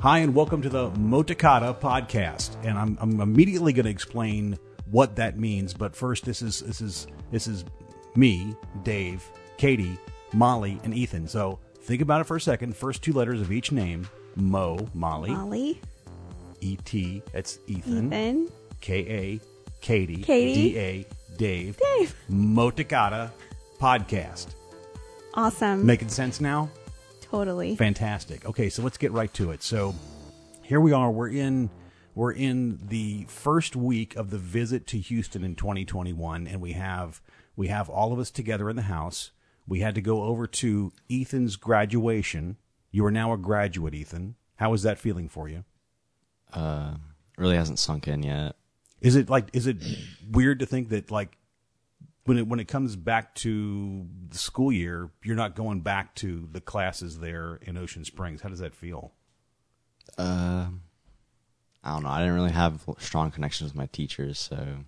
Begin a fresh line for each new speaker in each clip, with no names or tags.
Hi, and welcome to the Motakata podcast. And I'm, I'm immediately going to explain what that means. But first, this is this is this is me, Dave, Katie, Molly, and Ethan. So think about it for a second. First two letters of each name: Mo, Molly, Mm-hmm.
Molly,
E T. That's Ethan.
Ethan,
K A, Katie,
Katie.
D A, Dave,
Dave.
Motakata podcast.
Awesome.
Making sense now?
totally.
Fantastic. Okay, so let's get right to it. So here we are. We're in we're in the first week of the visit to Houston in 2021, and we have we have all of us together in the house. We had to go over to Ethan's graduation. You are now a graduate, Ethan. How is that feeling for you?
uh, really hasn't sunk in yet.
Is it like is it weird to think that like when it when it comes back to the school year, you're not going back to the classes there in Ocean Springs? How does that feel?
Uh, I don't know. I didn't really have strong connections with my teachers, so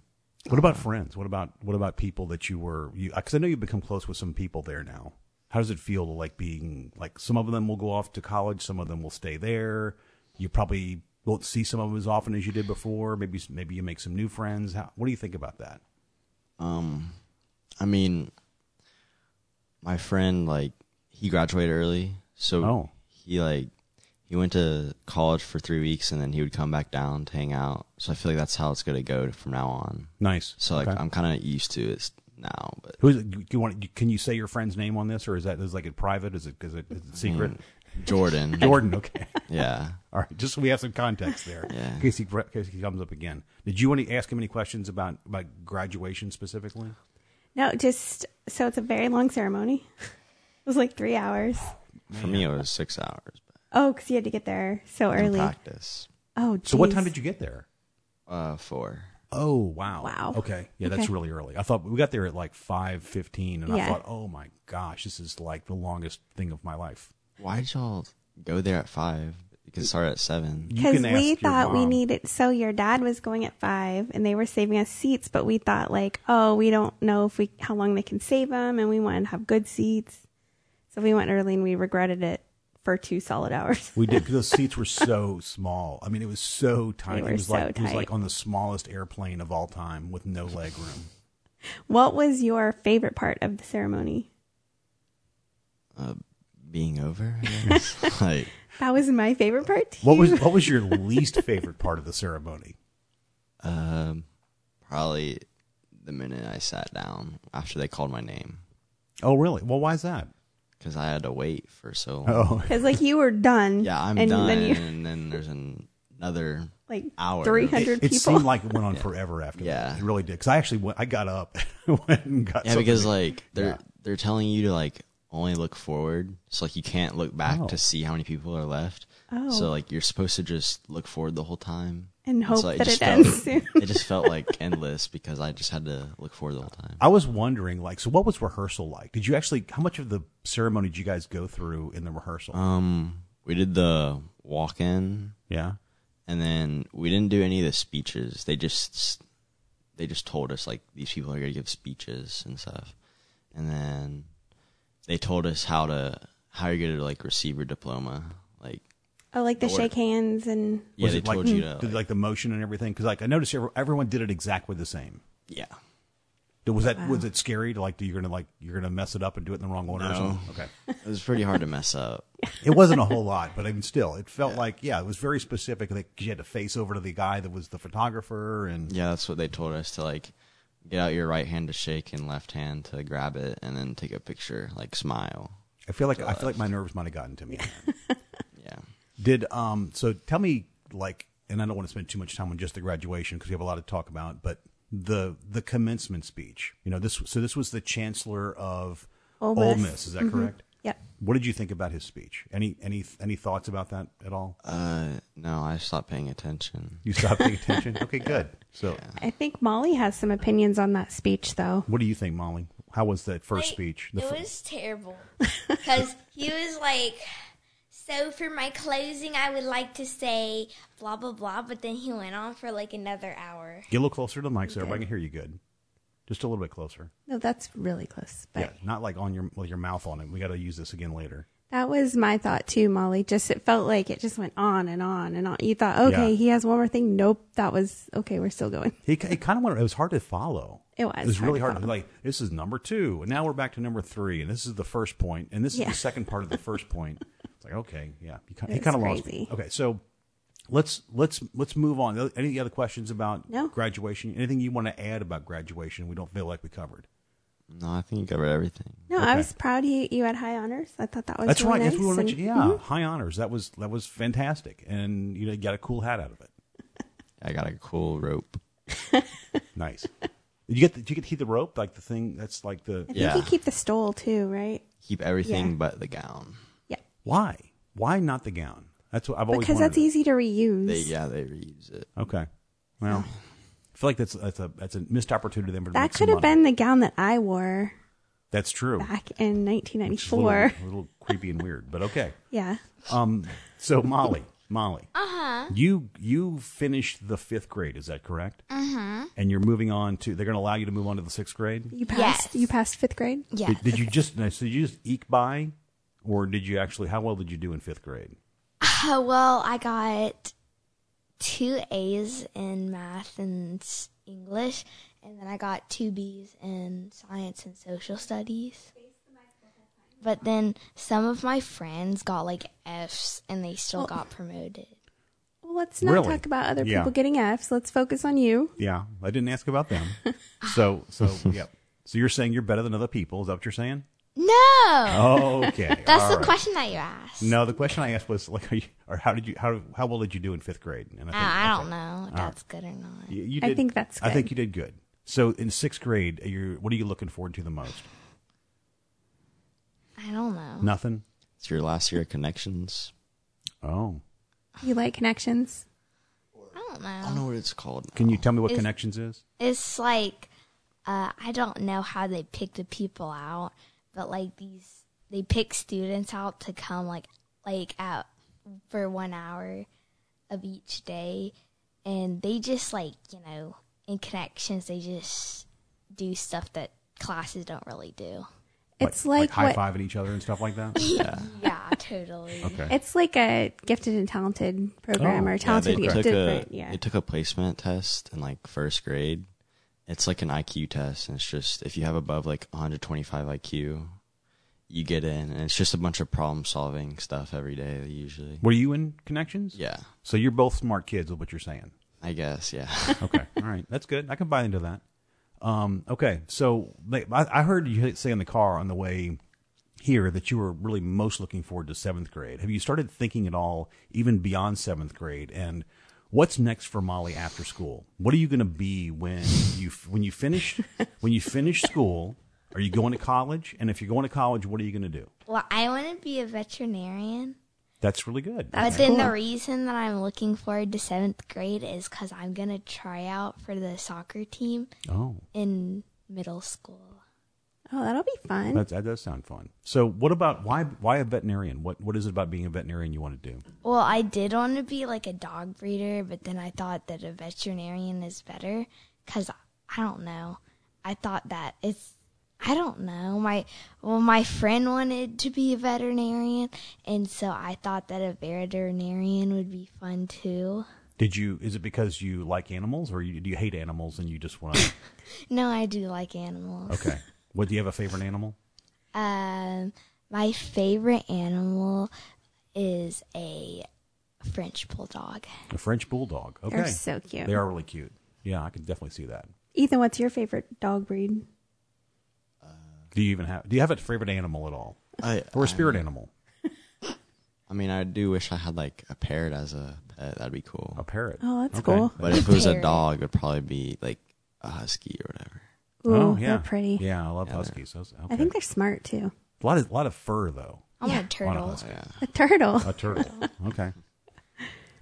What about friends? What about what about people that you were? you Because I know you've become close with some people there now. How does it feel to like being like some of them will go off to college, some of them will stay there. You probably won't see some of them as often as you did before. Maybe maybe you make some new friends. How, what do you think about that?
um, I mean, my friend like he graduated early, so
Oh.
he like he went to college for three weeks and then he would come back down to hang out. So I feel like that's how it's gonna go from now on.
Nice.
So like
Okay.
I'm kind of used to it now, but
who is it? Do you want? Can you say your friend's name on this, or is that is like it private? Is it is it, is it secret?
Jordan,
Jordan. Okay.
yeah.
All right, just so we have some context there,
Yeah.
in case he in case he comes up again. Did you want to ask him any questions about about graduation specifically?
No, just so it's a very long ceremony. it was like three hours.
For me, it was six hours
Oh, because you had to get there so
but in
early.
practice.
Oh,
So what time did you get there?
Uh, four.
Oh wow!
Wow.
Okay, yeah, that's
Okay.
really early. I thought we got there at like five fifteen, and I
Yeah.
thought, oh my gosh, this is like the longest thing of my life.
Why did y'all go there at five? You can start at seven.
You
Because
can ask
we
your
thought we
mom.
needed. So your dad was going at five, and they were saving us seats, but we thought like, oh, we don't know if we how long they can save them, and we wanted to have good seats, so we went early, and we regretted it for two solid hours.
We did 'cause those seats were so small. I mean, it was so tiny.
were
it was like
so
it was like
tight.
on the smallest airplane of all time with no leg room.
What was your favorite part of the ceremony?
Being over, I guess. like
That was my favorite part. too.
What was what was your least favorite part of the ceremony?
um, probably the minute I sat down after they called my name
Oh, really? Well, why is that?
because I had to wait for so long.
Oh,
Because like you were done.
Yeah, I'm
and
done,
Then you
and then there's an, another.
like
Hour.
three
it
hundred people.
seemed like it went on forever after
Yeah.
that. It really did. Because I actually went, I got up and went and got
Yeah,
something
because
to-
like they're
Yeah.
they're telling you to like only look forward, so like you can't look back
Oh.
to see how many people are left.
Oh.
So like you're supposed to just look forward the whole time
and
so
hope
it
that
just
it
felt-
ends soon.
It just felt like endless because I just had to look forward the whole time.
I was wondering, like, so what was rehearsal like? Did you actually, how much of the ceremony did you guys go through in the rehearsal?
Um, we did the walk in,
yeah.
and then we didn't do any of the speeches. They just they just told us like these people are gonna give speeches and stuff, and then they told us how to how you're gonna like receive your diploma. Like
Oh, like the shake hands and
yeah,
was
they
it like,
told you to
did,
like,
like the motion and everything? Because like I noticed every- everyone did it exactly the same.
yeah.
Was that was it scary? To, like, do you're gonna like you're gonna mess it up and do it in the wrong order? Or
No.
something? Okay.
It was pretty hard to mess up.
It wasn't a whole lot, but I mean, still, it felt like yeah, it was very specific. Like 'cause you had to face over to the guy that was the photographer, and
Yeah, that's what they told us to like get out your right hand to shake and left hand to grab it and then take a picture, like smile.
I feel like I feel like my nerves might have gotten to me.
Yeah.
Did um so tell me like and I don't want to spend too much time on just the graduation because we have a lot to talk about, but the the commencement speech. You know, this so this was the chancellor of
Ole
Ole
Miss. Mm-hmm.
Miss, is that correct?
yep.
What did you think about his speech? Any any any thoughts about that at all?
Uh no, I stopped paying attention.
You stopped paying attention? Okay, good. So
I think Molly has some opinions on that speech, though.
what do you think, Molly? How was that first
Like,
speech?
it
fir-
was terrible because he was like, "So for my closing, I would like to say blah blah blah," but then he went on for like another hour.
Get a little closer to the mic so everybody can hear you good. Just a little bit closer.
No, that's really close. But
Yeah, not like on your with your mouth on it. We got to use this again later.
That was my thought too, Molly. Just it felt like it just went on and on and on. You thought, okay,
Yeah.
he has one more thing. Nope, that was okay. We're still going.
He, he kind of went. It was hard to follow.
It was
It was really
hard
hard. to-
to follow.
like this is number two, and now we're back to number three, and this is the first point, and this is
Yeah.
the second part of the first point. It's like okay, yeah, he kind,
It
he
was
kind of lost.
crazy.
me. Okay, so let's let's let's move on. Any other questions about
No.
graduation? Anything you want to add about graduation? We don't feel like we covered.
No, I think you covered everything.
No,
Okay.
I was proud he, you had high honors. I thought that was
That's
really
right.
Nice
That's what we want to
and- Mm-hmm.
mention. Yeah, high honors. That was that was fantastic, and you know, you got a cool hat out of it.
I got a cool rope.
Nice. did you get the, did you get to keep the rope like the thing that's like the
I think
Yeah.
you keep the stole too, right?
Keep everything
Yeah.
but the gown.
Yeah,
why why not the gown? That's what I've always
because
wanted
that's
to-
easy to reuse.
They yeah, they reuse it.
Okay. Well, I feel like that's that's a that's a missed opportunity for them to
That
make some
could have
money.
been the gown that I wore
That's true.
back in
Which is a little,
1994.
a little creepy and weird, but okay.
Yeah.
Um. So Molly, Molly, uh huh. You you finished the fifth grade, is that correct? Uh huh. And you're moving on to. They're going to allow you to move on to the sixth grade.
You passed
Yes.
you passed 5th grade?
Yeah.
Did, did you just now, so did you just eke by, or did you actually? How well did you do in fifth grade?
Uh, well, I got two A's in math and s- English, and then I got two B's in science and social studies. But then some of my friends got like F's and they still got promoted.
Well, let's not
Really?
talk about other
Yeah.
people getting Fs. Let's focus on you.
Yeah, I didn't ask about them. so so yeah. So you're saying you're better than other people? Is that what you're saying?
No!
Okay.
That's
Oh. all
the
right.
question that you asked.
No, the question I asked was like, are you, or how did you how how well did you do in fifth grade? And I, think,
Uh, I don't
okay.
know if that's good or not.
You, you
Ah, I
did-
think that's
I think
good.
you did good. So in sixth grade, you're what are you looking forward to the most?
I don't
Mm-hmm.
know.
Nothing.
It's your last year of connections.
Oh,
You like connections?
I don't
I
Oh,
don't
know.
know what it's called. Now.
can you tell me what
Is-
connections is?
It's like uh, I don't know how they pick the people out, but like these they pick students out to come like like out for one hour of each day, and they just like you know in connections they just do stuff that classes don't really do.
It's like,
high
what
fiving each other and stuff like that.
Yeah, totally.
Okay.
it's like a gifted and talented program
Oh.
or
Yeah, they
talented and
took
gifted,
a
but yeah.
they took a placement test in like first grade. It's like an IQ test, and it's just if you have above like 125 IQ, you get in, and it's just a bunch of problem solving stuff every day usually.
Were you in connections?
Yeah,
So you're both smart kids, is what you're saying.
I guess yeah.
Okay. All right. That's good. I can buy into that. Um, okay. So like, I, I heard you say in the car on the way here that you were really most looking forward to seventh grade. Have you started thinking at all, even beyond seventh grade? And what's next for Molly after school? What are you going to be when you when you finish when you finish school? Are you going to college? And if you're going to college, what are you going to do?
Well, I want to be a veterinarian.
That's really good.
That's
but then
cool.
the reason that I'm looking forward to seventh grade is because I'm gonna try out for the soccer team
oh.
in middle school.
oh, that'll be fun.
That's, that does sound fun. So, what about why? Why a veterinarian? What What is it about being a veterinarian you want to do?
Well, I did want to be like a dog breeder, but then I thought that a veterinarian is better because I don't know. I thought that it's I don't know. My well, my friend wanted to be a veterinarian, and so I thought that a veterinarian would be fun too.
Did you? Is it because you like animals, or you, do you hate animals and you just want to?
No, I do like animals.
Okay. What do you have a favorite animal?
Um, my favorite animal is a French bulldog.
A French bulldog. Okay.
They're so cute.
They are really cute. Yeah, I can definitely see that.
Ethan, what's your favorite dog breed?
Do you even have? Do you have a favorite animal at all,
I,
or a
Uh,
spirit animal?
I mean, I do wish I had like a parrot as a pet. That'd be
A
cool.
parrot.
Oh, that's
Okay.
cool.
But if it was a
Parrot.
dog, it'd probably be like a husky or whatever.
Ooh,
oh yeah,
they're pretty.
Yeah, I love
Yeah, they're-
huskies. Those- okay.
I think they're smart too.
a lot of lot of fur though.
I want a
On a
turtle.
husky.
Yeah.
A turtle.
A turtle. okay.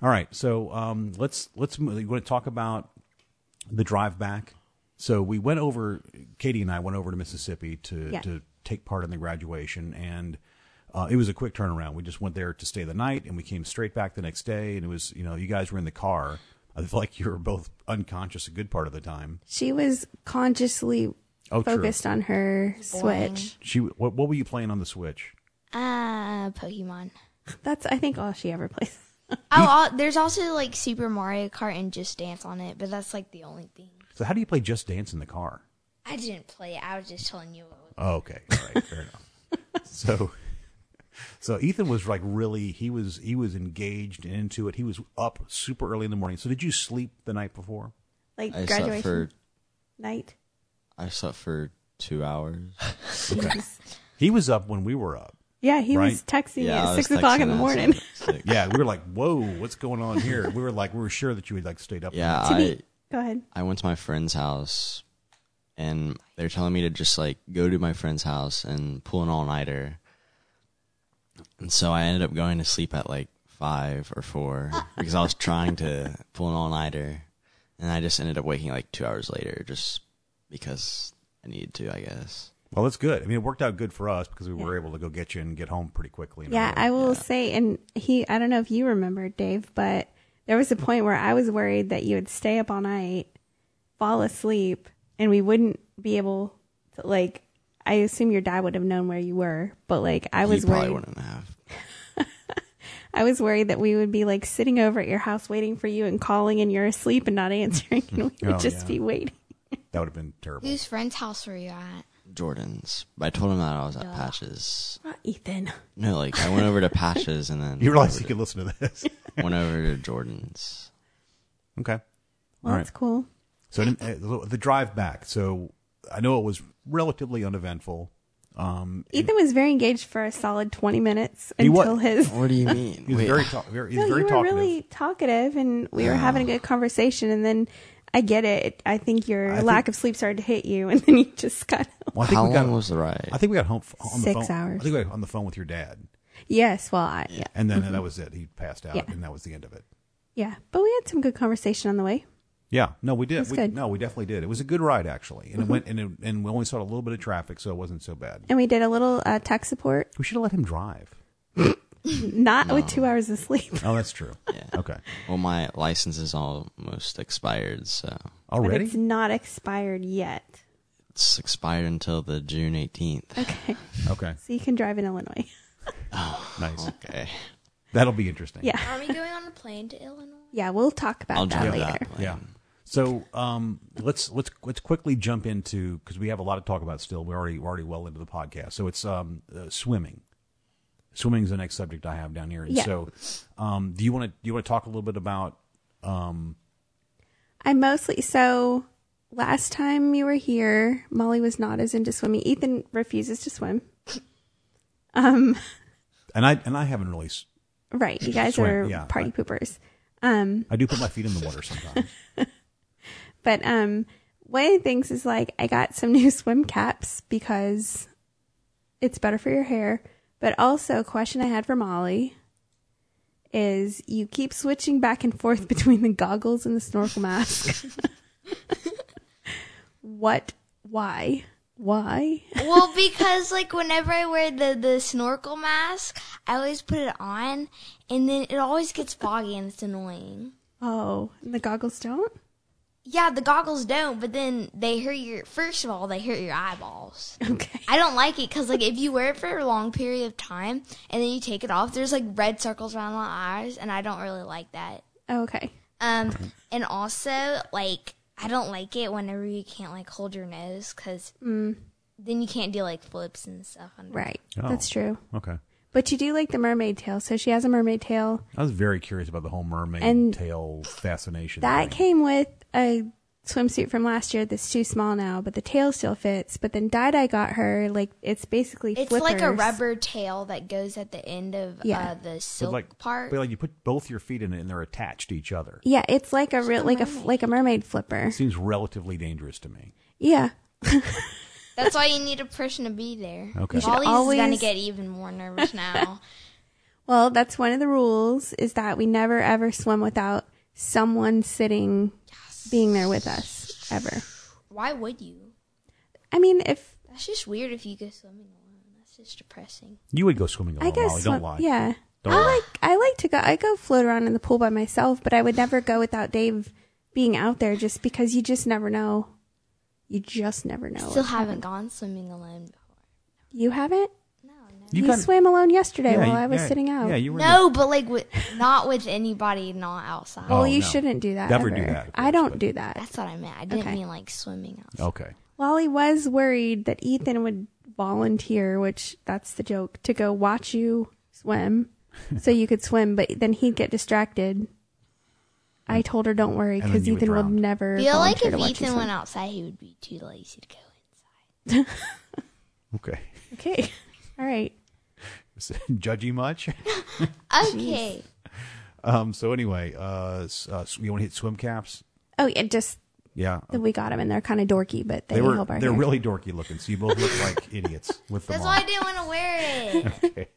All right. So um, let's let's move. You want to talk about the drive back? So we went over. Katie and I went over to Mississippi to
Yeah.
to take part in the graduation, and uh, it was a quick turnaround. We just went there to stay the night, and we came straight back the next day. And it was you know you guys were in the car. I feel like you were both unconscious a good part of the time.
She was consciously
Oh, true.
focused on her switch.
She what what were you playing on the Switch?
Uh, Pokemon.
That's I think all she ever plays.
Oh, al- there's also like Super Mario Kart and Just Dance on it, but that's like the only thing.
So how do you play Just Dance in the car?
I didn't play it. I was just telling you. What was.
Oh, okay, all right, fair enough. So, so Ethan was like really he was he was engaged and into it. He was up super early in the morning. So did you sleep the night before?
Like
I
graduation
slept for
night.
I slept for two hours.
Okay. he was up when we were up.
Yeah, he was
Right?
texting me
I
at
was
six o'clock in
texting
the
at
morning.
six- six.
Yeah, we were like, whoa, what's going on here? We were like, we were sure that you had like stayed up.
Yeah,
To
I
be- Go ahead.
I went to my friend's house, and they're telling me to just like go to my friend's house and pull an all nighter. And so I ended up going to sleep at like five or four because I was trying to pull an all nighter, and I just ended up waking like two hours later just because I needed to, I guess.
Well, that's good. I mean, it worked out good for us because we were able to go get you and get home pretty quickly. and
Yeah,
early.
I will say, and he, I don't know if you remember, Dave, but there was a point where I was worried that you would stay up all night, fall asleep, and we wouldn't be able to, like, I assume your dad would have known where you were, but like, I was
he probably
worried.
wouldn't have.
I was worried that we would be like sitting over at your house waiting for you and calling, and you're asleep and not answering, and we would
Oh,
just
yeah.
be waiting.
that would have been terrible.
Whose friend's house were you at?
Jordan's, but I told him that I was at Patches.
Not Ethan.
No, like I went over to Patches and then
You realize
over
you could listen to this.
to- went over to Jordan's.
okay.
Well,
All right.
that's cool.
So it didn't- uh, the drive back. So I know it was relatively uneventful. Um,
Ethan was very engaged for a solid 20 minutes
He wa-
until his.
What do you mean?
he was
Wait,
very talk, very, he
no,
was very
you were
talkative.
really talkative, and we were having a good conversation. And then I get it. I think your
I
lack
think-
of sleep started to hit you, and then you just got.
Well, I think
How
we got,
long was the ride?
I think we got home f- on the
Six
phone.
hours.
I think we got on the phone with your dad,
yes, well, I, yeah,
and then and that was it. He passed out,
Mm-hmm. Yeah.
and that was the end of it.
yeah, but we had some good conversation on the way.
Yeah, no, we did.
was
We,
good. Mm-hmm.
no, we definitely did. It was a good ride actually, and it went and it, and we only saw a little bit of traffic, so it wasn't so bad.
And we did a little uh, tech support,
We should have let him drive.
not with two hours of sleep.
Oh, that's true.
Yeah.
Okay,
Well, my license is almost expired, so
But
already.
it's not expired yet.
it's expired until the June 18th.
Okay,
Okay,
so you can drive in Illinois.
nice.
Okay.
That'll be interesting.
Yeah.
Are we going on a plane to Illinois?
Yeah, we'll talk about
I'll
that
drive
later.
that.
Yeah. So um, let's let's let's quickly jump into because we have a lot to talk about still. We're already we're already well into the podcast. So it's um, uh, swimming. Swimming is the next subject I have down here. And
Yeah.
So um, do you want to do you want to talk a little bit about?
I mostly so last time you were here, Molly was not as into swimming. Ethan refuses to swim.
And I and I haven't really. s-
Right. You guys
Swim,
are
yeah.
party poopers.
I do put my feet in the water sometimes.
But um one of the things is like I got some new swim caps because it's better for your hair. But also a question I had for Molly is you keep switching back and forth between the goggles and the snorkel mask. what why? Why?
well, because like whenever I wear the the snorkel mask, I always put it on, and then it always gets foggy and it's annoying.
Oh, and the goggles don't?
Yeah, the goggles don't, but then they hurt your. First of all, they hurt your eyeballs.
Okay.
I don't like it because like if you wear it for a long period of time and then you take it off, there's like red circles around my eyes, and I don't really like that.
Okay.
Um, and also like I don't like it whenever you can't like hold your nose because then you can't do like flips and stuff. Under.
Mm. Right.
Oh.
That's true.
okay.
But you do like the mermaid tail. So she has a mermaid tail.
I was very curious about the whole mermaid
And
tail fascination.
That
thing.
came with a swimsuit from last year that's too small now, but the tail still fits. But then Dye Dye got her, like, it's basically
It's like a
flippers.
rubber tail that goes at the end of
Yeah.
uh, the
But
silk
like,
part.
but like you put both your feet in it and they're attached to each other.
Yeah, it's like a real,
a
like a f- like a mermaid flipper.
Seems relatively dangerous to me.
Yeah,
That's why you need a person to be there.
Okay. You should
Molly's gonna
always-
get even more nervous now.
well, that's one of the rules is that we never ever swim without someone sitting, being there with us ever.
why would you?
I mean, if
That's just weird if you go swimming alone. That's just depressing.
You would go swimming alone,
I guess
Molly. Don't
swim-
lie.
Yeah.
Don't
I
lie.
like I like to go I go float around in the pool by myself, but I would never go without Dave being out there just because you just never know. You just never know.
Still haven't gone swimming alone before.
you haven't?
No, no.
You,
kinda-
swam alone yesterday
yeah,
while
you-
I was
yeah,
sitting out.
Yeah, you were. in
No, but like with, not with anybody, not outside.
well,
Oh,
you
no.
shouldn't do that.
Never
ever.
do that, of
I
course,
don't
but-
do that.
That's what I meant. I didn't
Okay. Oh.
mean like swimming
the-
outside.
okay.
Wally was worried that Ethan would volunteer, which that's the joke, to go watch you swim so you could swim, but then he'd get distracted. I told her, don't worry,
And then
because
you would
Ethan will
drown.
never.
feel like
volunteer
if
to watch you
Ethan
swim.
went outside, he would be too lazy to go
Okay.
Okay. All right.
Judgy much?
in. Okay.
Um. So anyway, uh, s- uh s- you want to hit swim caps?
Oh, yeah, just
Yeah.
that we got them, and they're kind of dorky, but they,
They were
help our
they're
hair.
really dorky looking, so you both look like idiots with them on.
That's why I didn't want to wear it.
okay.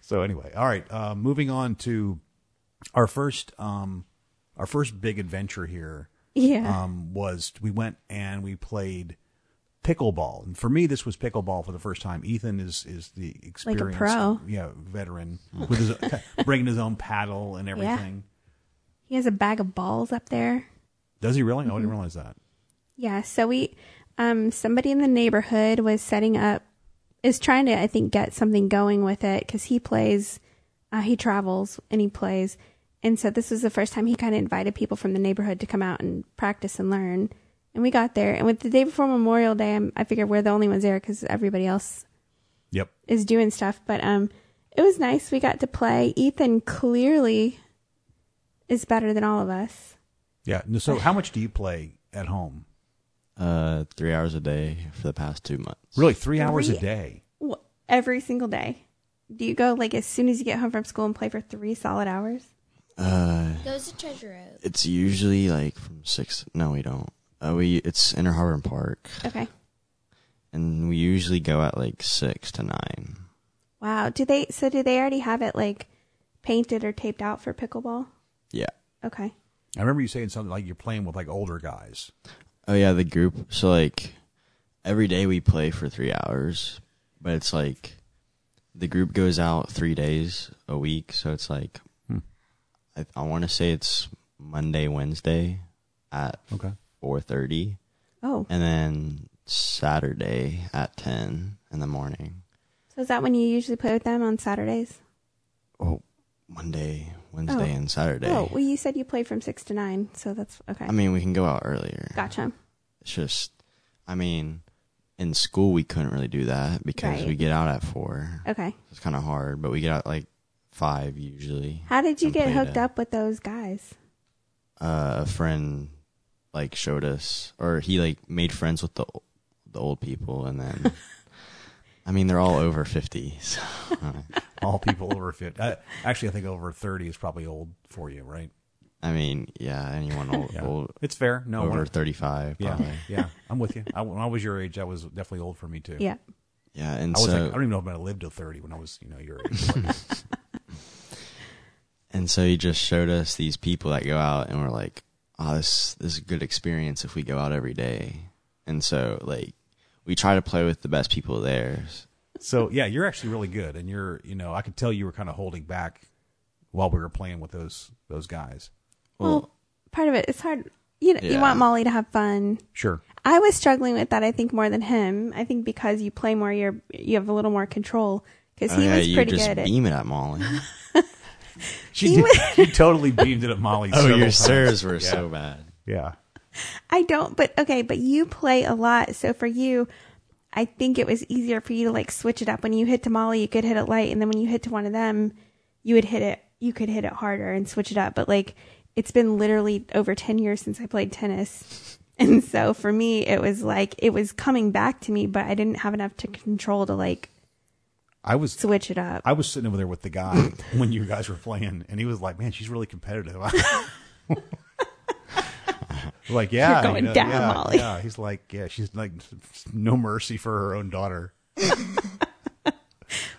So anyway, all right. Uh, moving on to our first um, our first big adventure here
Yeah.
um, was we went and we played pickleball. And for me, this was pickleball for the first time. Ethan is is the experienced,
pro.
yeah, veteran with his bringing his own paddle and everything.
he has a bag of balls up there.
Does he really? No, I
Mm-hmm.
didn't realize that.
Yeah, so we um somebody in the neighborhood was setting up is trying to I think get something going with it cuz he plays uh, he travels and he plays and so this was the first time he kind of invited people from the neighborhood to come out and practice and learn. And we got there and with the day before Memorial Day, I'm, I figured we're the only ones there cuz everybody else
Yep.
is doing stuff, but um it was nice we got to play. Ethan clearly is better than all of us.
Yeah. No, So how much do you play at home?
Uh, three hours a day for the past two months.
Really, three hours a
Three-
day.
Wh- every single day. Do you go like as soon as you get home from school and play for three solid hours?
Uh,
Goes to Treasure Oak.
it's usually like from six. No, we don't. Uh, we it's Inner Harbor and Park,
Okay.
and we usually go at like six to nine.
Wow. Do they so do they already have it like painted or taped out for pickleball?
Yeah.
Okay.
I remember you saying something like you're playing with like older guys.
Oh yeah, the group. So like every day we play for three hours, but it's like the group goes out three days a week. So it's like I, I want to say it's Monday, Wednesday at
Okay.
four thirty,
Oh.
and then Saturday at ten in the morning.
So is that when you usually play with them on Saturdays?
Oh, Monday, Wednesday,
Oh.
and Saturday.
Oh, well you said you play from six to nine, so that's okay.
I mean, we can go out earlier.
gotcha.
It's just, I mean, in school we couldn't really do that because
Right.
we get out at four.
Okay.
It's kind of hard, but we get out like five usually.
How did you
And
get
played
hooked
it.
up with those guys?
Uh, a friend like showed us, or he like made friends with the o- the old people, and then. I mean, they're all over fifty. So.
All people over 50. Uh, actually, I think over 30 is probably old for you, right?
I mean, yeah, anyone old,
Yeah.
old
It's fair. No,
over
one-
thirty-five,
yeah,
probably.
yeah. I'm with you. I, when I was your age, that was definitely old for me too.
Yeah.
Yeah, and
I was
so
like, I don't even know if I lived till 30 when I was, you know, your age. Like,
And so he just showed us these people that go out and we're like, oh, this, this is a good experience if we go out every day. And so, like, we try to play with the best people there.
so yeah, you're actually really good, and you're, you know, I could tell you were kind of holding back while we were playing with those those guys.
Well, part of it it's hard you know, you
Yeah.
want Molly to have fun.
Sure.
I was struggling with that. I think more than him. I think because you play more, you're you have a little more control. Because
oh,
he
yeah,
was
you
pretty
just
good at.
beam it at Molly.
Oh, She did, she totally beamed it at Molly.
oh,
several
your
times.
serves were
Yeah.
so bad.
Yeah.
I don't, but okay. But you play a lot, so for you, I think it was easier for you to like switch it up. When you hit to Molly, you could hit it light, and then when you hit to one of them, you would hit it. You could hit it harder and switch it up. But like, it's been literally over ten years since I played tennis. And so for me, it was like it was coming back to me, but I didn't have enough to control to like
I was
switch it up.
I was sitting over there with the guy when you guys were playing, and he was like, "Man, she's really competitive." like, yeah,
You're going down,
yeah,
Molly.
Yeah, he's like, yeah, she's like, no mercy for her own daughter.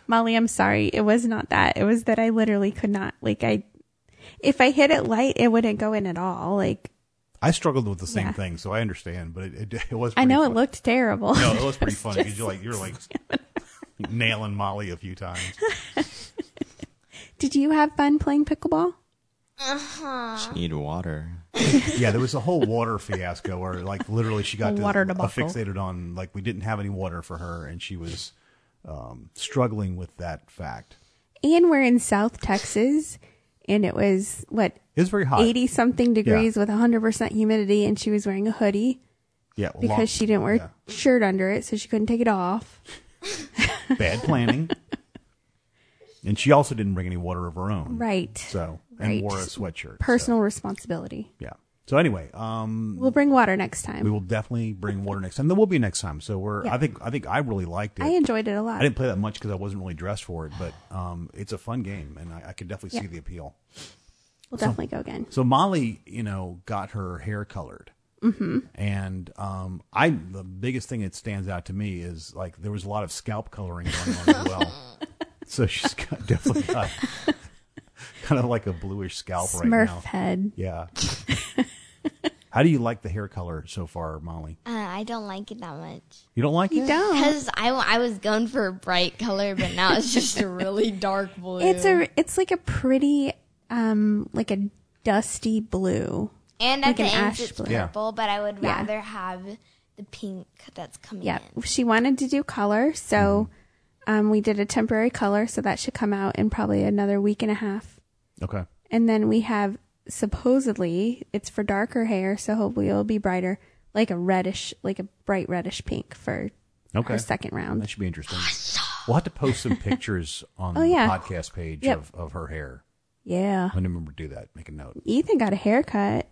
Molly, I'm sorry. It was not that. It was that I literally could not. Like I, if I hit it light, it wouldn't go in at all. Like
I struggled with the same
Yeah.
thing, so I understand, but it it, it was.
I
pretty
know
fun.
it looked terrible.
No, it was pretty funny because you're like you're like nailing Molly a few times.
Did you have fun playing pickleball?
Just need water.
Yeah, there was a whole water fiasco where like literally she got
A
to-
water
uh,
debacle.
fixated on like we didn't have any water for her, and she was um, struggling with that fact.
And we're in South Texas, and it was what
It's very hot.
eighty something degrees with hundred percent humidity, and she was wearing a hoodie
yeah, well,
because
long-
she didn't wear a shirt under it, so she couldn't take it off.
yeah, bad planning. and she also didn't bring any water of her own.
Right.
So and
Right.
wore a sweatshirt.
Personal responsibility.
So, yeah. So anyway, um,
We'll bring water next time.
we will definitely bring water next time. There will be next time. So we're.
Yeah.
I think. I think I really liked it.
I enjoyed it a lot.
I didn't play that much because I wasn't really dressed for it, but um, it's a fun game, and I, I could definitely see
Yeah.
the appeal.
we'll definitely go again.
So Molly, you know, got her hair colored, mm-hmm. and um, I the biggest thing that stands out to me is like there was a lot of scalp coloring going on as well. So she's got, definitely got kind of like a bluish scalp right
Smurf
now.
head.
Yeah. How do you like the hair color so far, Molly?
Uh, I don't like it that much.
You don't like it?
You don't.
Because I, I was going for a bright color, but now it's just a really dark blue.
It's a. It's like a pretty, um, like a dusty blue.
and
like
at the
an
end
ash
it's
blue.
Yeah.
purple, but I would
Yeah.
rather have the pink that's coming
Yep.
in.
She wanted to do color, so
Mm-hmm.
um, we did a temporary color, so that should come out in probably another week and a half.
Okay.
And then we have supposedly it's for darker hair, so hopefully it'll be brighter, like a reddish, like a bright reddish pink for
Okay.
our second
That
round.
should be interesting. We'll have to post some pictures on
Oh, yeah.
the podcast page
Yep.
of, of her hair.
Yeah.
I remember to do that. Make a note.
Ethan got a haircut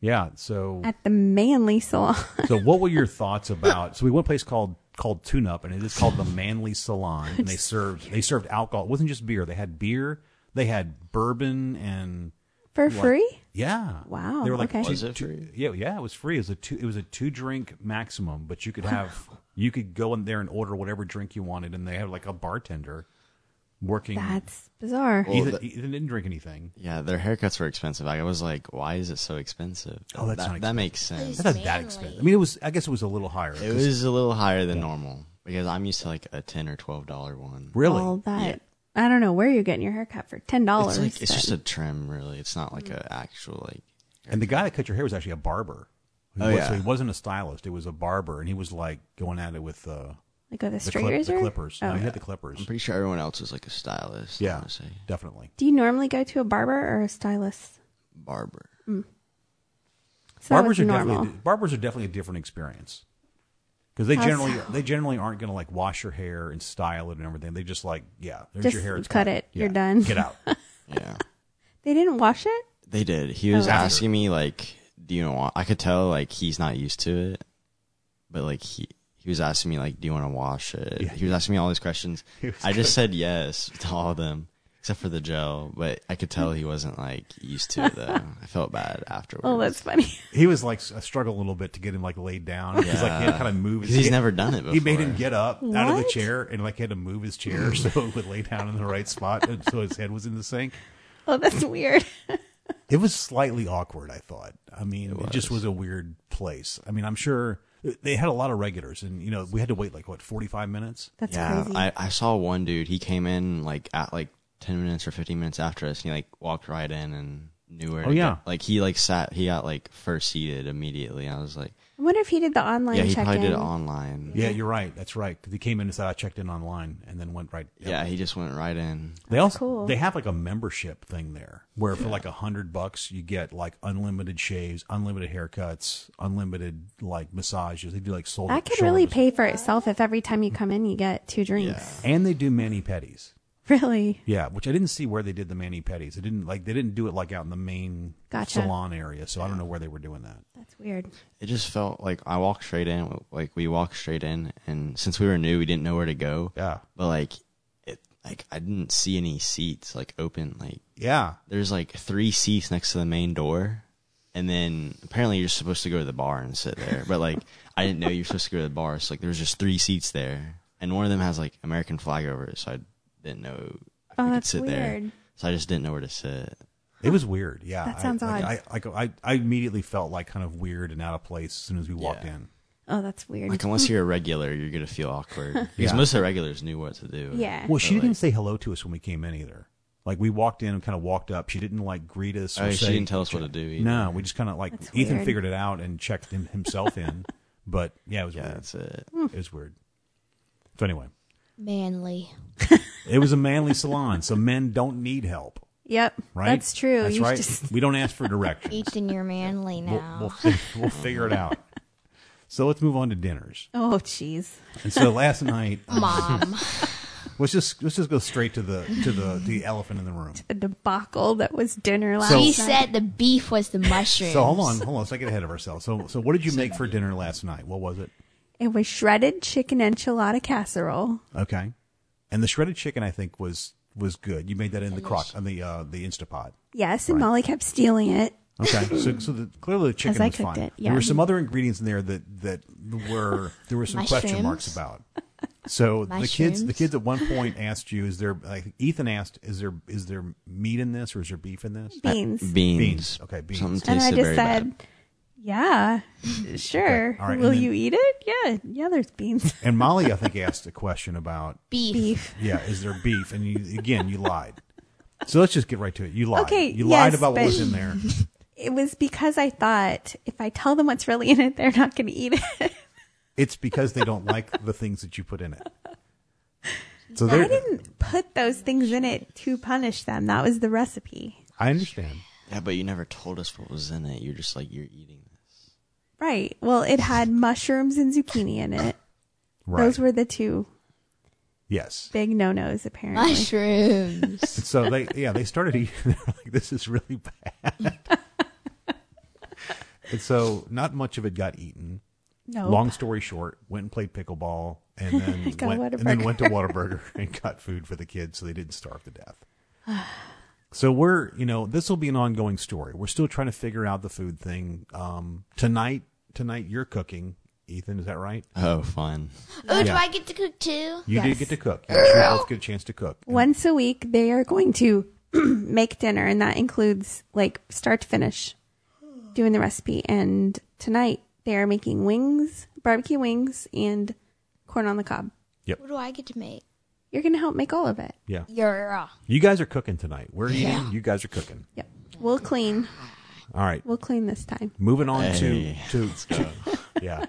Yeah. So
at the Manly Salon.
so what were your thoughts about? So we went to a place called called Tune Up, and it is called the Manly Salon, and they served they served alcohol. It wasn't just beer. They had beer. They had bourbon and
For free?
yeah.
Wow,
They were like
okay.
two-
Was it
two-
free?
yeah, yeah. It was free. It was a two. It was a two drink maximum, but you could have you could go in there and order whatever drink you wanted, and they had like a bartender working.
That's bizarre.
Well,
Ethan,
the-
Ethan didn't drink anything.
Yeah, their haircuts were expensive. I was like, why is it so expensive?
Oh, that's
that,
not
that makes sense.
That's not that
Manly.
expensive. I mean, it was. I guess it was a little higher.
It was a little higher than normal because I'm used to like a ten or twelve dollar one.
really.
All that. I don't know where you're getting your haircut for ten dollars.
It's like it's just a trim, really. It's not like
Mm.
a actual like.
and the guy that cut your hair was actually a barber. He
Oh,
was-
yeah.
So he wasn't a stylist. It was a barber, and he was like going at it with uh,
like with a
the,
straight
clip- the
razor.
clippers.
Oh.
no, he had the clippers.
I'm pretty sure everyone else was like a stylist. I
Yeah,
wanna say
definitely.
Do you normally go to a barber or a stylist?
barber.
So
barbers
it's
are
normal.
definitely barbers are definitely a different experience because they
How
generally
so?
they generally aren't going to like wash your hair and style it and everything. They just like yeah, there's your
Just
hair. It's
cut it. You're done.
Get out.
Yeah,
They didn't wash it?
they did. He was
Oh.
asking me like, "Do you know?" What? I could tell like he's not used to it, but like he. He was asking me like, "Do you want to wash it?"
Yeah.
He was asking me all these questions. I just said yes to all of them except for the gel, but I could tell he wasn't like used to it though. I felt bad afterwards.
Oh, that's funny.
he was like I struggled a little bit to get him like laid down. He's like he had to kind of move. his-
'Cause he's never done it before.
He made him get up out of the
What?
chair and like had to move his chair so it would lay down in the right spot and so his head was in the sink.
Oh, that's weird.
It was slightly awkward, I thought. I mean, it, just was a weird place. I mean, I'm sure they had a lot of regulars and you know, we had to wait like what, 45 minutes?
That's
yeah,
crazy.
I, I saw one dude. He came in like at like ten minutes or fifteen minutes after us, and he like walked right in and knew where.
Oh,
to
yeah.
go. like he like sat. He got like first seated immediately. I was like,
I wonder if he did the online
yeah, he
check-in.
probably did it online.
Yeah, you're right. That's right. 'Cause he came in and said I checked in online and then went right.
Yeah, he just went right in.
They also
cool.
they have like a membership thing there where for like a hundred bucks you get like unlimited shaves, unlimited haircuts, unlimited like massages. They do like soul.
That could really pay for itself if every time you come in you get two drinks.
And they do mani pedis.
Really?
Yeah, which I didn't see where they did the mani pedis. It didn't like they didn't do it like out in the main
Gotcha.
salon area. So I don't know where they were doing that.
That's weird.
It just felt like I walked straight in. Like we walked straight in, and since we were new, we didn't know where to go.
Yeah,
But like, it like I didn't see any seats like open. Like
yeah.
there's like three seats next to the main door and then apparently you're supposed to go to the bar and sit there but like i didn't know you're supposed to go to the bar so like there was just three seats there and one of them has like american flag over it so i didn't know i
Oh,
could
that's
sit there
weird.
so i just didn't know where to sit
It was weird. Yeah,
That sounds
I, like,
odd.
I, like, I I immediately felt like kind of weird and out of place as soon as we walked
Yeah.
in.
Oh, that's weird.
like unless you're a regular you're gonna feel awkward because
Yeah.
most of the regulars knew what to do Oh,
yeah.
Well, she didn't even say hello to us when we came in either. Like we walked in and kind of walked up. She didn't like greet us. Or
Oh, she
say-
didn't tell us what to do either.
No, we just kind of like Ethan
weird.
figured it out and checked him, himself in. But yeah, it was
yeah
weird.
that's it
It was weird. So anyway,
Manly.
It was a manly salon, so men don't need help,
Yep.
right?
That's true.
That's
you
right.
just
We don't ask for directions.
Ethan, you're manly
we'll,
now.
we'll, fi- we'll figure it out. So let's move on to dinners.
Oh jeez.
And so last night,
Mom.
let's just let's just go straight to the to the the elephant in the room.
A debacle that was dinner last
So-
he
night.
said the beef was the mushrooms.
So hold on, hold on. Let's not get ahead of ourselves. So so what did you make for dinner last night? What was it?
It was shredded chicken enchilada casserole.
Okay. And the shredded chicken, I think, was was good. You made that in the crock on the uh, the Instapot.
Yes, and Molly kept stealing it.
Okay, so so the, clearly the chicken
I
was
cooked
fine.
it,
There
yeah.
were some other ingredients in there that that were there were some question
Mushrooms.
marks about. So the kids the
Mushrooms.
kids at one point asked you, "Is there?" I think Ethan asked, "Is there is there meat in this or is there beef in this?"
Beans.
Beans.
Beans. Okay, beans.
Something
and I
tasted
just
very
said,
bad.
"Yeah, sure.
Okay, all right,
Will
and then-
you eat it? Yeah, yeah. There's beans,
And Molly, I think, asked a question about,
beef.
beef.
"Yeah, is there beef?" And you again, you lied. So let's just get right to it. You lied.
Okay,
you lied
yes,
about what
but-
was in there.
It was because I thought if I tell them what's really in it, they're not going to eat it.
It's because they don't like the things that you put in it. So
I
there,
didn't put those things in it to punish them. That was the recipe,
I understand.
Yeah, but you never told us what was in it. You're just like you're eating this.
right? Well, it had mushrooms and zucchini in it.
Right.
Those were the two
yes.
big no-nos, apparently.
Mushrooms.
And so they, yeah, they started eating. They're like, this is really bad. and so not much of it got eaten.
No,
Long story short, went and played pickleball, and then
Got
went, and then
Whataburger.
went to Whataburger and got food for the kids so they didn't starve to death. So we're, you know, this will be an ongoing story. We're still trying to figure out the food thing. Um, tonight, tonight you're cooking, Ethan. Is that right?
Oh, fun.
oh, do
Yeah.
I get to cook too?
You did
Yes.
get to cook. You actually both get a chance to cook.
once a week they are going to make dinner and that includes like start to finish doing the recipe and tonight they are making wings barbecue wings and corn on the cob
What do I get to make?
you're gonna help make all of it
Yeah.
You're
You guys are cooking tonight. We're eating.
Yeah.
You guys are cooking.
yep we'll clean
All right.
we'll clean this time
Moving on
Hey.
to to, to yeah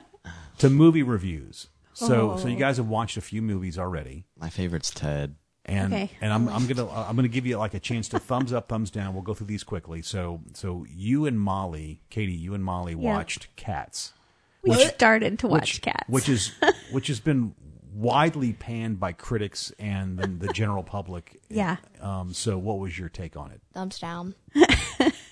to movie reviews. So so
Oh.
you guys have watched a few movies already,
My favorite's Ted.
and
Okay.
and I'm I'm gonna I'm gonna give you like a chance to thumbs up, thumbs down. We'll go through these quickly. So so you and Molly, Katie, you and Molly watched Cats,
we started to watch
which,
cats
which is which has been widely panned by critics and the, the general public.
Yeah.
Um. So what was your take on it?
thumbs down.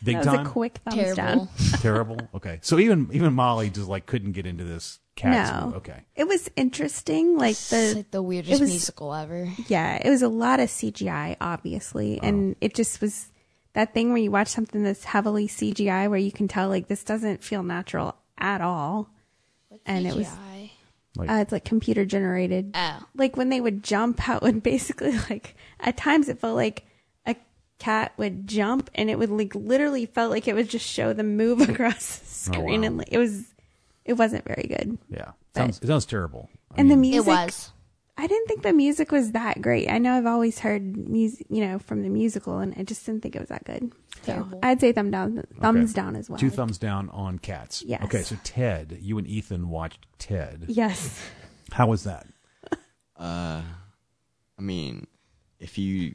Big
that was
time.
a quick thumbs
Terrible.
down
Terrible. Okay. So even even Molly just like couldn't get into this cats.
No.
movie. Okay.
it was interesting like
It's
the
like the weirdest
was-
musical ever.
Yeah, it was a lot of CGI, obviously, and it just was that thing where you watch something that's heavily CGI, where you can tell like this doesn't feel natural at all. And it was-
CGI.
Uh, it's like computer generated.
Oh.
Like when they would jump, how it would basically like at times it felt like a cat would jump, and it would like literally felt like it would just show them move across the
Oh,
screen,
wow.
and like, it was it wasn't very good.
Yeah.
But-
Sounds, it sounds terrible. I
and the
mean,
music
It was.
I didn't think the music was that great. I know I've always heard music, you know, from the musical, and I just didn't think it was that good. So
Terrible.
I'd say thumb down, thumbs down as well.
Two thumbs down on cats.
Yes. E
Okay, so Ted, you and Ethan watched Ted.
yes,
How was that?
I mean, if you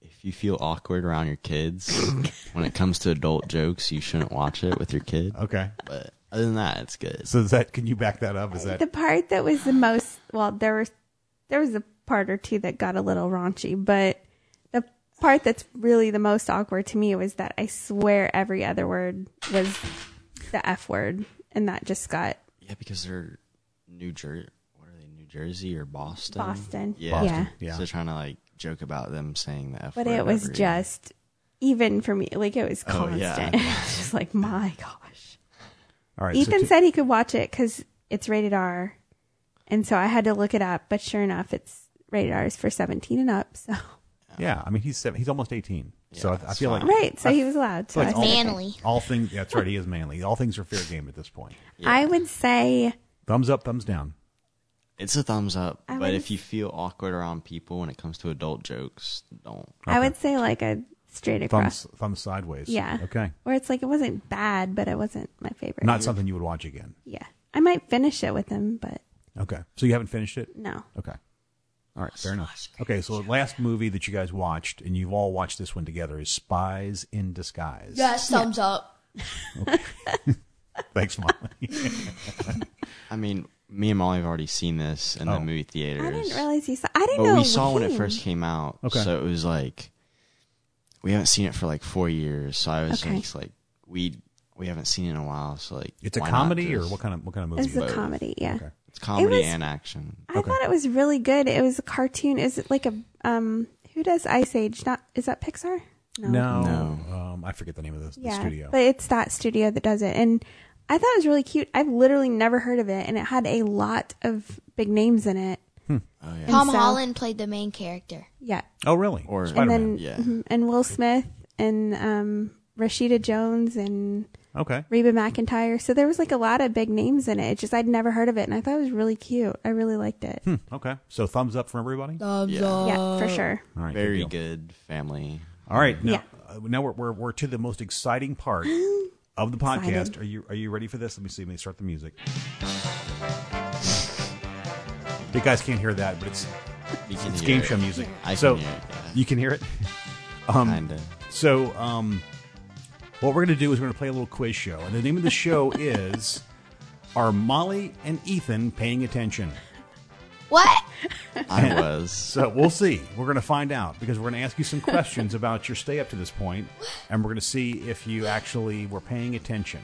if you feel awkward around your kids when it comes to adult jokes, you shouldn't watch it with your kid.
Uh,
Okay.
But other than that, it's good.
So is that can you back that up? Is that
the part that was the most well, there was there was a part or two that got a little raunchy, but the part that's really the most awkward to me was that I swear every other word was the f word, and that just got
Yeah, because they're New Jersey. What are they? New Jersey or Boston?
Boston.
Yeah.
Yeah.
Yeah.
So they're trying to like joke about them saying the F
But
word
it was
every-
just even for me, like it was
Oh,
constant.
yeah.
It's just like my gosh.
all right? so
Ethan
two-
said he could watch it because it's rated R, and so I had to look it up. But sure enough, it's rated R is for seventeen and up. So
"Yeah, I mean he's seven, he's almost eighteen, so I, I
that's
feel like
fine.
right, so he was allowed to.
like
I
all-
said,
Manly.
all things. That's right. He is manly. All things are fair game at this point.
I would say
Thumbs up, thumbs down.
It's a thumbs up.
I
but
would-
if you feel awkward around people when it comes to adult jokes, don't.
I would say like a straight across,
Thumbs thumbs sideways.
Yeah.
Okay.
where it's like it wasn't bad, but it wasn't my favorite.
Not something you would watch again.
yeah, I might finish it with him, but
Okay. So you haven't finished it.
no,
Okay. All right, fair enough. Okay, so the last movie that you guys watched, and you've all watched this one together, is Spies in Disguise.
Yes, thumbs up.
Thanks, Molly.
I mean, me and Molly have already seen this in
Oh.
the movie theaters.
I didn't realize you saw. I didn't
but
know.
we
it
saw when it
came.
first came out.
Okay.
So it was like we haven't seen it for like four years. So I was
Okay.
like, like we we haven't seen it in a while. So like
It's a
why not
comedy, or
just-
what kind of what kind of movie?
It's
Is it?
a comedy, yeah.
Okay.
It's comedy
was-
and action.
I
Okay.
thought it was really good. It was a cartoon. Is it like a um? Who does Ice Age? Not is that Pixar?
No,
No.
Um, I forget the name of the, the
yeah,
studio.
but it's that studio that does it, and I thought it was really cute. I've literally never heard of it, and it had a lot of big names in it.
Hmm.
Oh yeah.
Tom
so-
Holland played the main character.
Yeah,
oh, really?
Or- And
and
Spider
then
Man?
Yeah.
mhm, and Will Smith and um Rashida Jones and
Okay.
Reba McIntyre. So there was like a lot of big names in it. It's just I'd never heard of it, and I thought it was really cute. I really liked it.
Hmm, okay. So thumbs up from everybody.
Thumbs
Yeah.
up.
yeah, for sure.
All right.
Very
deal.
good family.
All right. Now,
Yeah.
uh, now we're, we're we're to the most exciting part of the podcast. Are you are you ready for this? Let me see. Let me start the music. You guys can't hear that, but it's
You can
it's
hear
game
it.
show music.
I can
so
hear it, yeah.
you can hear it. Um,
Kinda.
So, um, what we're going to do is we're going to play a little quiz show, and the name of the show is "Are Molly and Ethan Paying Attention?"
What?
I was.
So we'll see. We're going to find out because we're going to ask you some questions about your stay up to this point, and we're going to see if you actually were paying attention.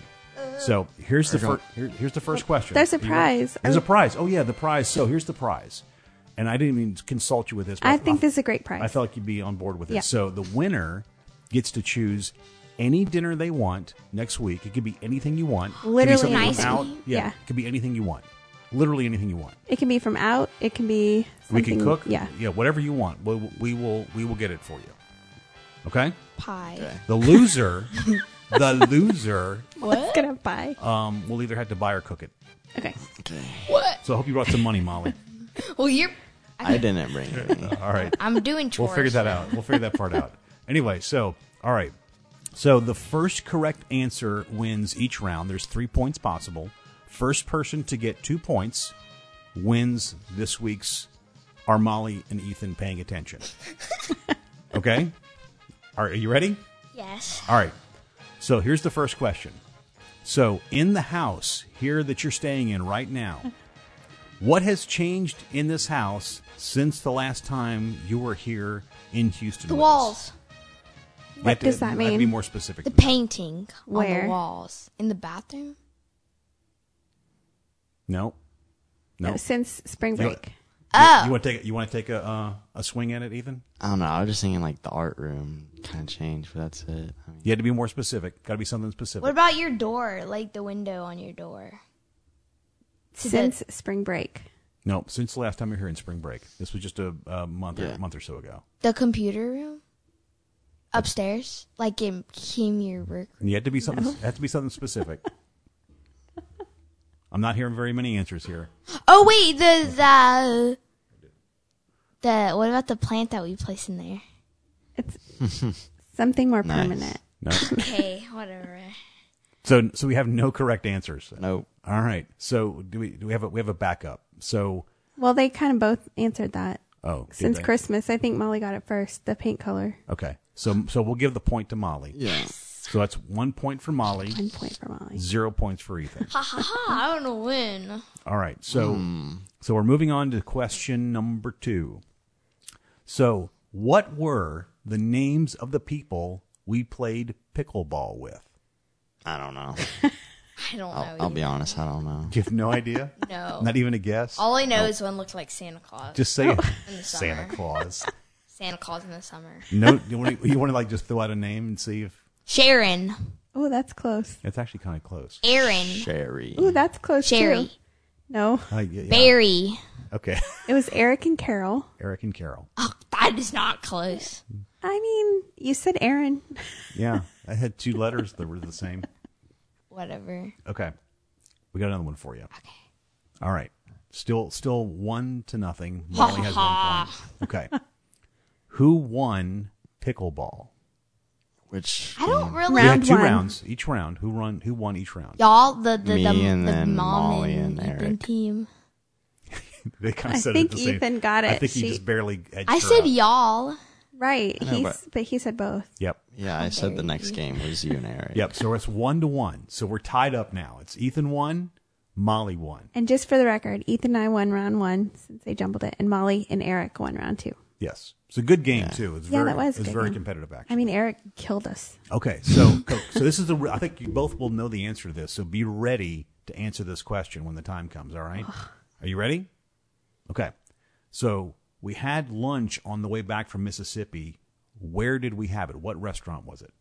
So here's the first. Here, here's the first question.
There's a
Are you ready?
prize.
There's a prize. Oh yeah, the prize. So here's the prize, and I didn't even consult you with this. but
I think this is a great prize.
I felt like you'd be on board with it.
Yeah.
So the winner gets to choose any dinner they want next week. It could be anything you want. It could be
Literally
something from
anything.
out. Yeah,
Yeah.
It could be anything you want. Literally anything you want.
It can be from out. It can be.
We can
something-
cook.
Yeah.
Yeah, whatever you want. We, we will we will get it for you. Okay?
Pie.
The loser the loser
What's gonna buy?
um will either have to buy or cook it.
Okay.
Okay.
What?
So I hope you brought some money, Molly.
Well, you're.
I didn't bring any.
All right.
I'm doing
We'll
chores.
figure that out. We'll figure that part out. Anyway, so all right. So the first correct answer wins each round. There's three points possible. First person to get two points wins this week's Are Molly and Ethan paying attention? okay? All right, are you ready?
Yes.
All right. So here's the first question. So in the house here that you're staying in right now, what has changed in this house since the last time you were here in Houston?
The
with us?
walls.
You
What
have to-
does that
you have to be
mean?
more specific.
The
than that.
painting on
Where?
the walls. In the bathroom?
No. No.
Uh, Since spring
You-
break.
Oh.
You want to take you want to take a uh, a swing at it, Ethan?
I don't know. I was just thinking like the art room kind of changed, but that's it. I mean,
You had to be more specific. Got to be something specific.
What about your door? Like the window on your door? To the-
Since spring break.
no, since the last time you were here in spring break, this was just a, a month or
Yeah.
a month or so ago.
the computer room? Upstairs? Like in came your work
And you had to be something. It had to be something specific. I'm not hearing very many answers here.
Oh wait, the the the what about the plant that we place in there?
It's something more
Nice.
permanent.
No.
Okay, whatever.
so so we have no correct answers.
nope.
All right. So do we do we have a we have a backup? So
Well, they kind of both answered that.
oh did
Since
they?
Christmas, I think Molly got it first. The paint color.
Okay. So so we'll give the point to Molly.
Yeah.
So that's one point for Molly,
One point for Molly.
zero points for Ethan.
Ha ha ha! I want to win.
All right. So so we're moving on to question number two. So what were the names of the people we played pickleball with?
I don't know.
I don't
Oh,
I'll,
know.
I'll be honest. I don't know.
You have no idea?
No.
Not even a guess?
All I know is one looked like Santa Claus.
Just
Oh.
say
In the summer.
Santa Claus.
Santa Claus in the summer.
No, you want to, you want to like just throw out a name and see if
Sharon,
Oh, that's close.
it's actually kind of close.
Aaron,
Sherry.
Oh, that's close. too.
Sherry,
No,
Uh, yeah, yeah.
Barry.
Okay,
it was Eric and Carol.
Eric and Carol.
Oh, that is not close.
I mean, you said Aaron.
Yeah, I had two letters that were the same.
Whatever.
Okay, we got another one for you. Okay. All right. Still, still one to nothing. Molly has one point. Okay. Who won pickleball?
Which
I don't really.
We
Round
had two
one.
rounds each round. Who run? Who won each round?
Y'all, the the, the,
Me and
the
then
mom
Molly
and
and
Ethan
Eric.
team.
they kind
I
of said
think
it at the same-
Ethan got
I
it.
think he
She-
just barely. edged
I
her
said
up.
y'all.
Right.
know,
He's
but-
but, he said both.
Yep.
Yeah, I said the
very
next
deep.
game was you and Eric.
Yep. So it's one to one. So we're tied up now. It's Ethan one, Molly one.
And just for the record, Ethan and I won round one since they jumbled it, and Molly and Eric won round two.
Yes. It's a good game too. It's
Yeah,
very
that was a
it's
good
very
game.
competitive action.
I mean, Eric killed us.
Okay, so so this is the. I think you both will know the answer to this. So be ready to answer this question when the time comes. All right, are you ready? Okay, so we had lunch on the way back from Mississippi. Where did we have it? What restaurant was it?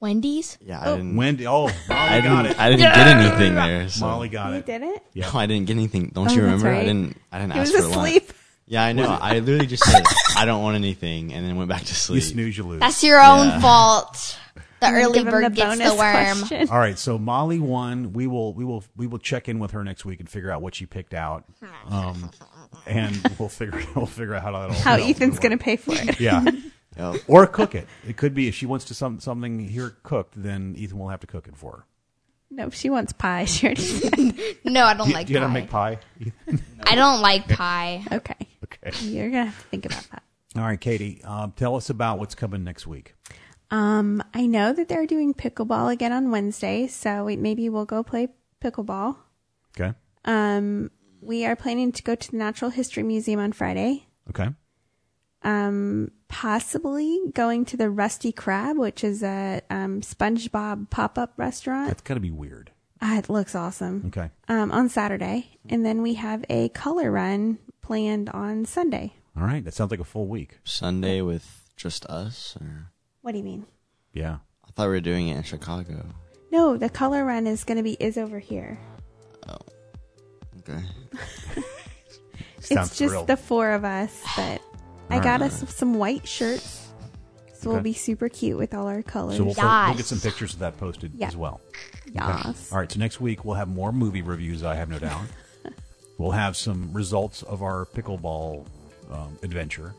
Wendy's.
Yeah, I
Mm.
didn't.
Wendy. Oh,
I
Molly got
didn't.
it.
I didn't get anything there. So.
Molly got
You
it.
did it.
Yeah.
No, I didn't get anything. Don't
Oh,
you
that's
remember? I
right.
didn't. I didn't
He
ask
was
for lunch.
asleep.
Yeah, I know. I literally just said I don't want anything, and then went back to
You
sleep.
snooze, you lose.
That's your
Yeah.
own fault. The early
Give him
bird gets the
bonus
worm.
question.
All right, so Molly won. We will we will we will check in with her next week and figure out what she picked out. Um, and we'll figure we'll figure out how that all
How
that'll
Ethan's
work.
going to pay for it.
Yeah.
Yep.
Or cook it. It could be if she wants to some something here cooked, then Ethan will have to cook it for her.
no, she wants pie. She already said.
No, I don't
Do you,
like
do you know
pie.
how to make pie?
I don't like pie.
Okay.
Okay.
You're going to have to think about that.
All right, Katie. Um, tell us about what's coming next week.
Um, I know that they're doing pickleball again on Wednesday, so we, maybe we'll go play pickleball.
Okay.
Um, we are planning to go to the Natural History Museum on Friday.
Okay.
Um, possibly going to the Rusty Crab, which is a um, SpongeBob pop up restaurant.
That's gotta be weird.
Ah, it looks awesome.
Okay.
Um, on Saturday, and then we have a color run planned on Sunday.
All right. That sounds like a full week.
Sunday with just us. Or
What do you mean?
Yeah.
I thought we were doing it in Chicago.
No, the color run is going to be is over here.
Okay.
Sounds
it's just
thrilled.
the four of us, but I got us some white shirts. So we'll
Okay.
be super cute with all our colors.
so we'll,
Yes.
we'll get some pictures of that posted
Yeah.
as well.
Yas.
All right, so next week we'll have more movie reviews, I have no doubt. we'll have some results of our pickleball um, adventure.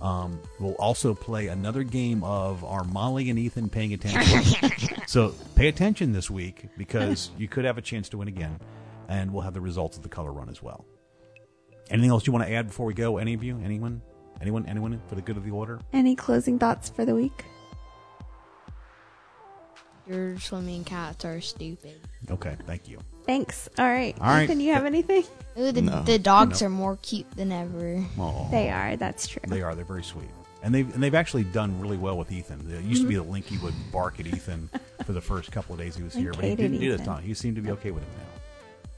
Um, we'll also play another game of our Molly and Ethan paying attention. so pay attention this week because you could have a chance to win again. And we'll have the results of the color run as well. Anything else you want to add before we go? Any of you? Anyone? Anyone? Anyone? For the good of the order?
Any closing thoughts for the week?
Your swimming cats are stupid.
Okay, thank you.
Thanks. All right.
All right.
Ethan, you have anything?
Ooh, the,
No.
the dogs are more cute than ever.
Aw.
They are. That's true.
They are. They're very sweet, and they've and they've actually done really well with Ethan. There used to be the link he would bark at Ethan for the first couple of days he was
And
here, but he
hated
didn't do this
Ethan.
time. He seemed to be okay with him now.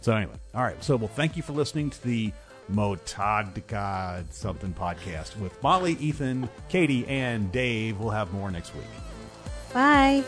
So anyway, all right. So well, thank you for listening to the Motodka something podcast with Molly, Ethan, Katie, and Dave. We'll have more next week.
Bye.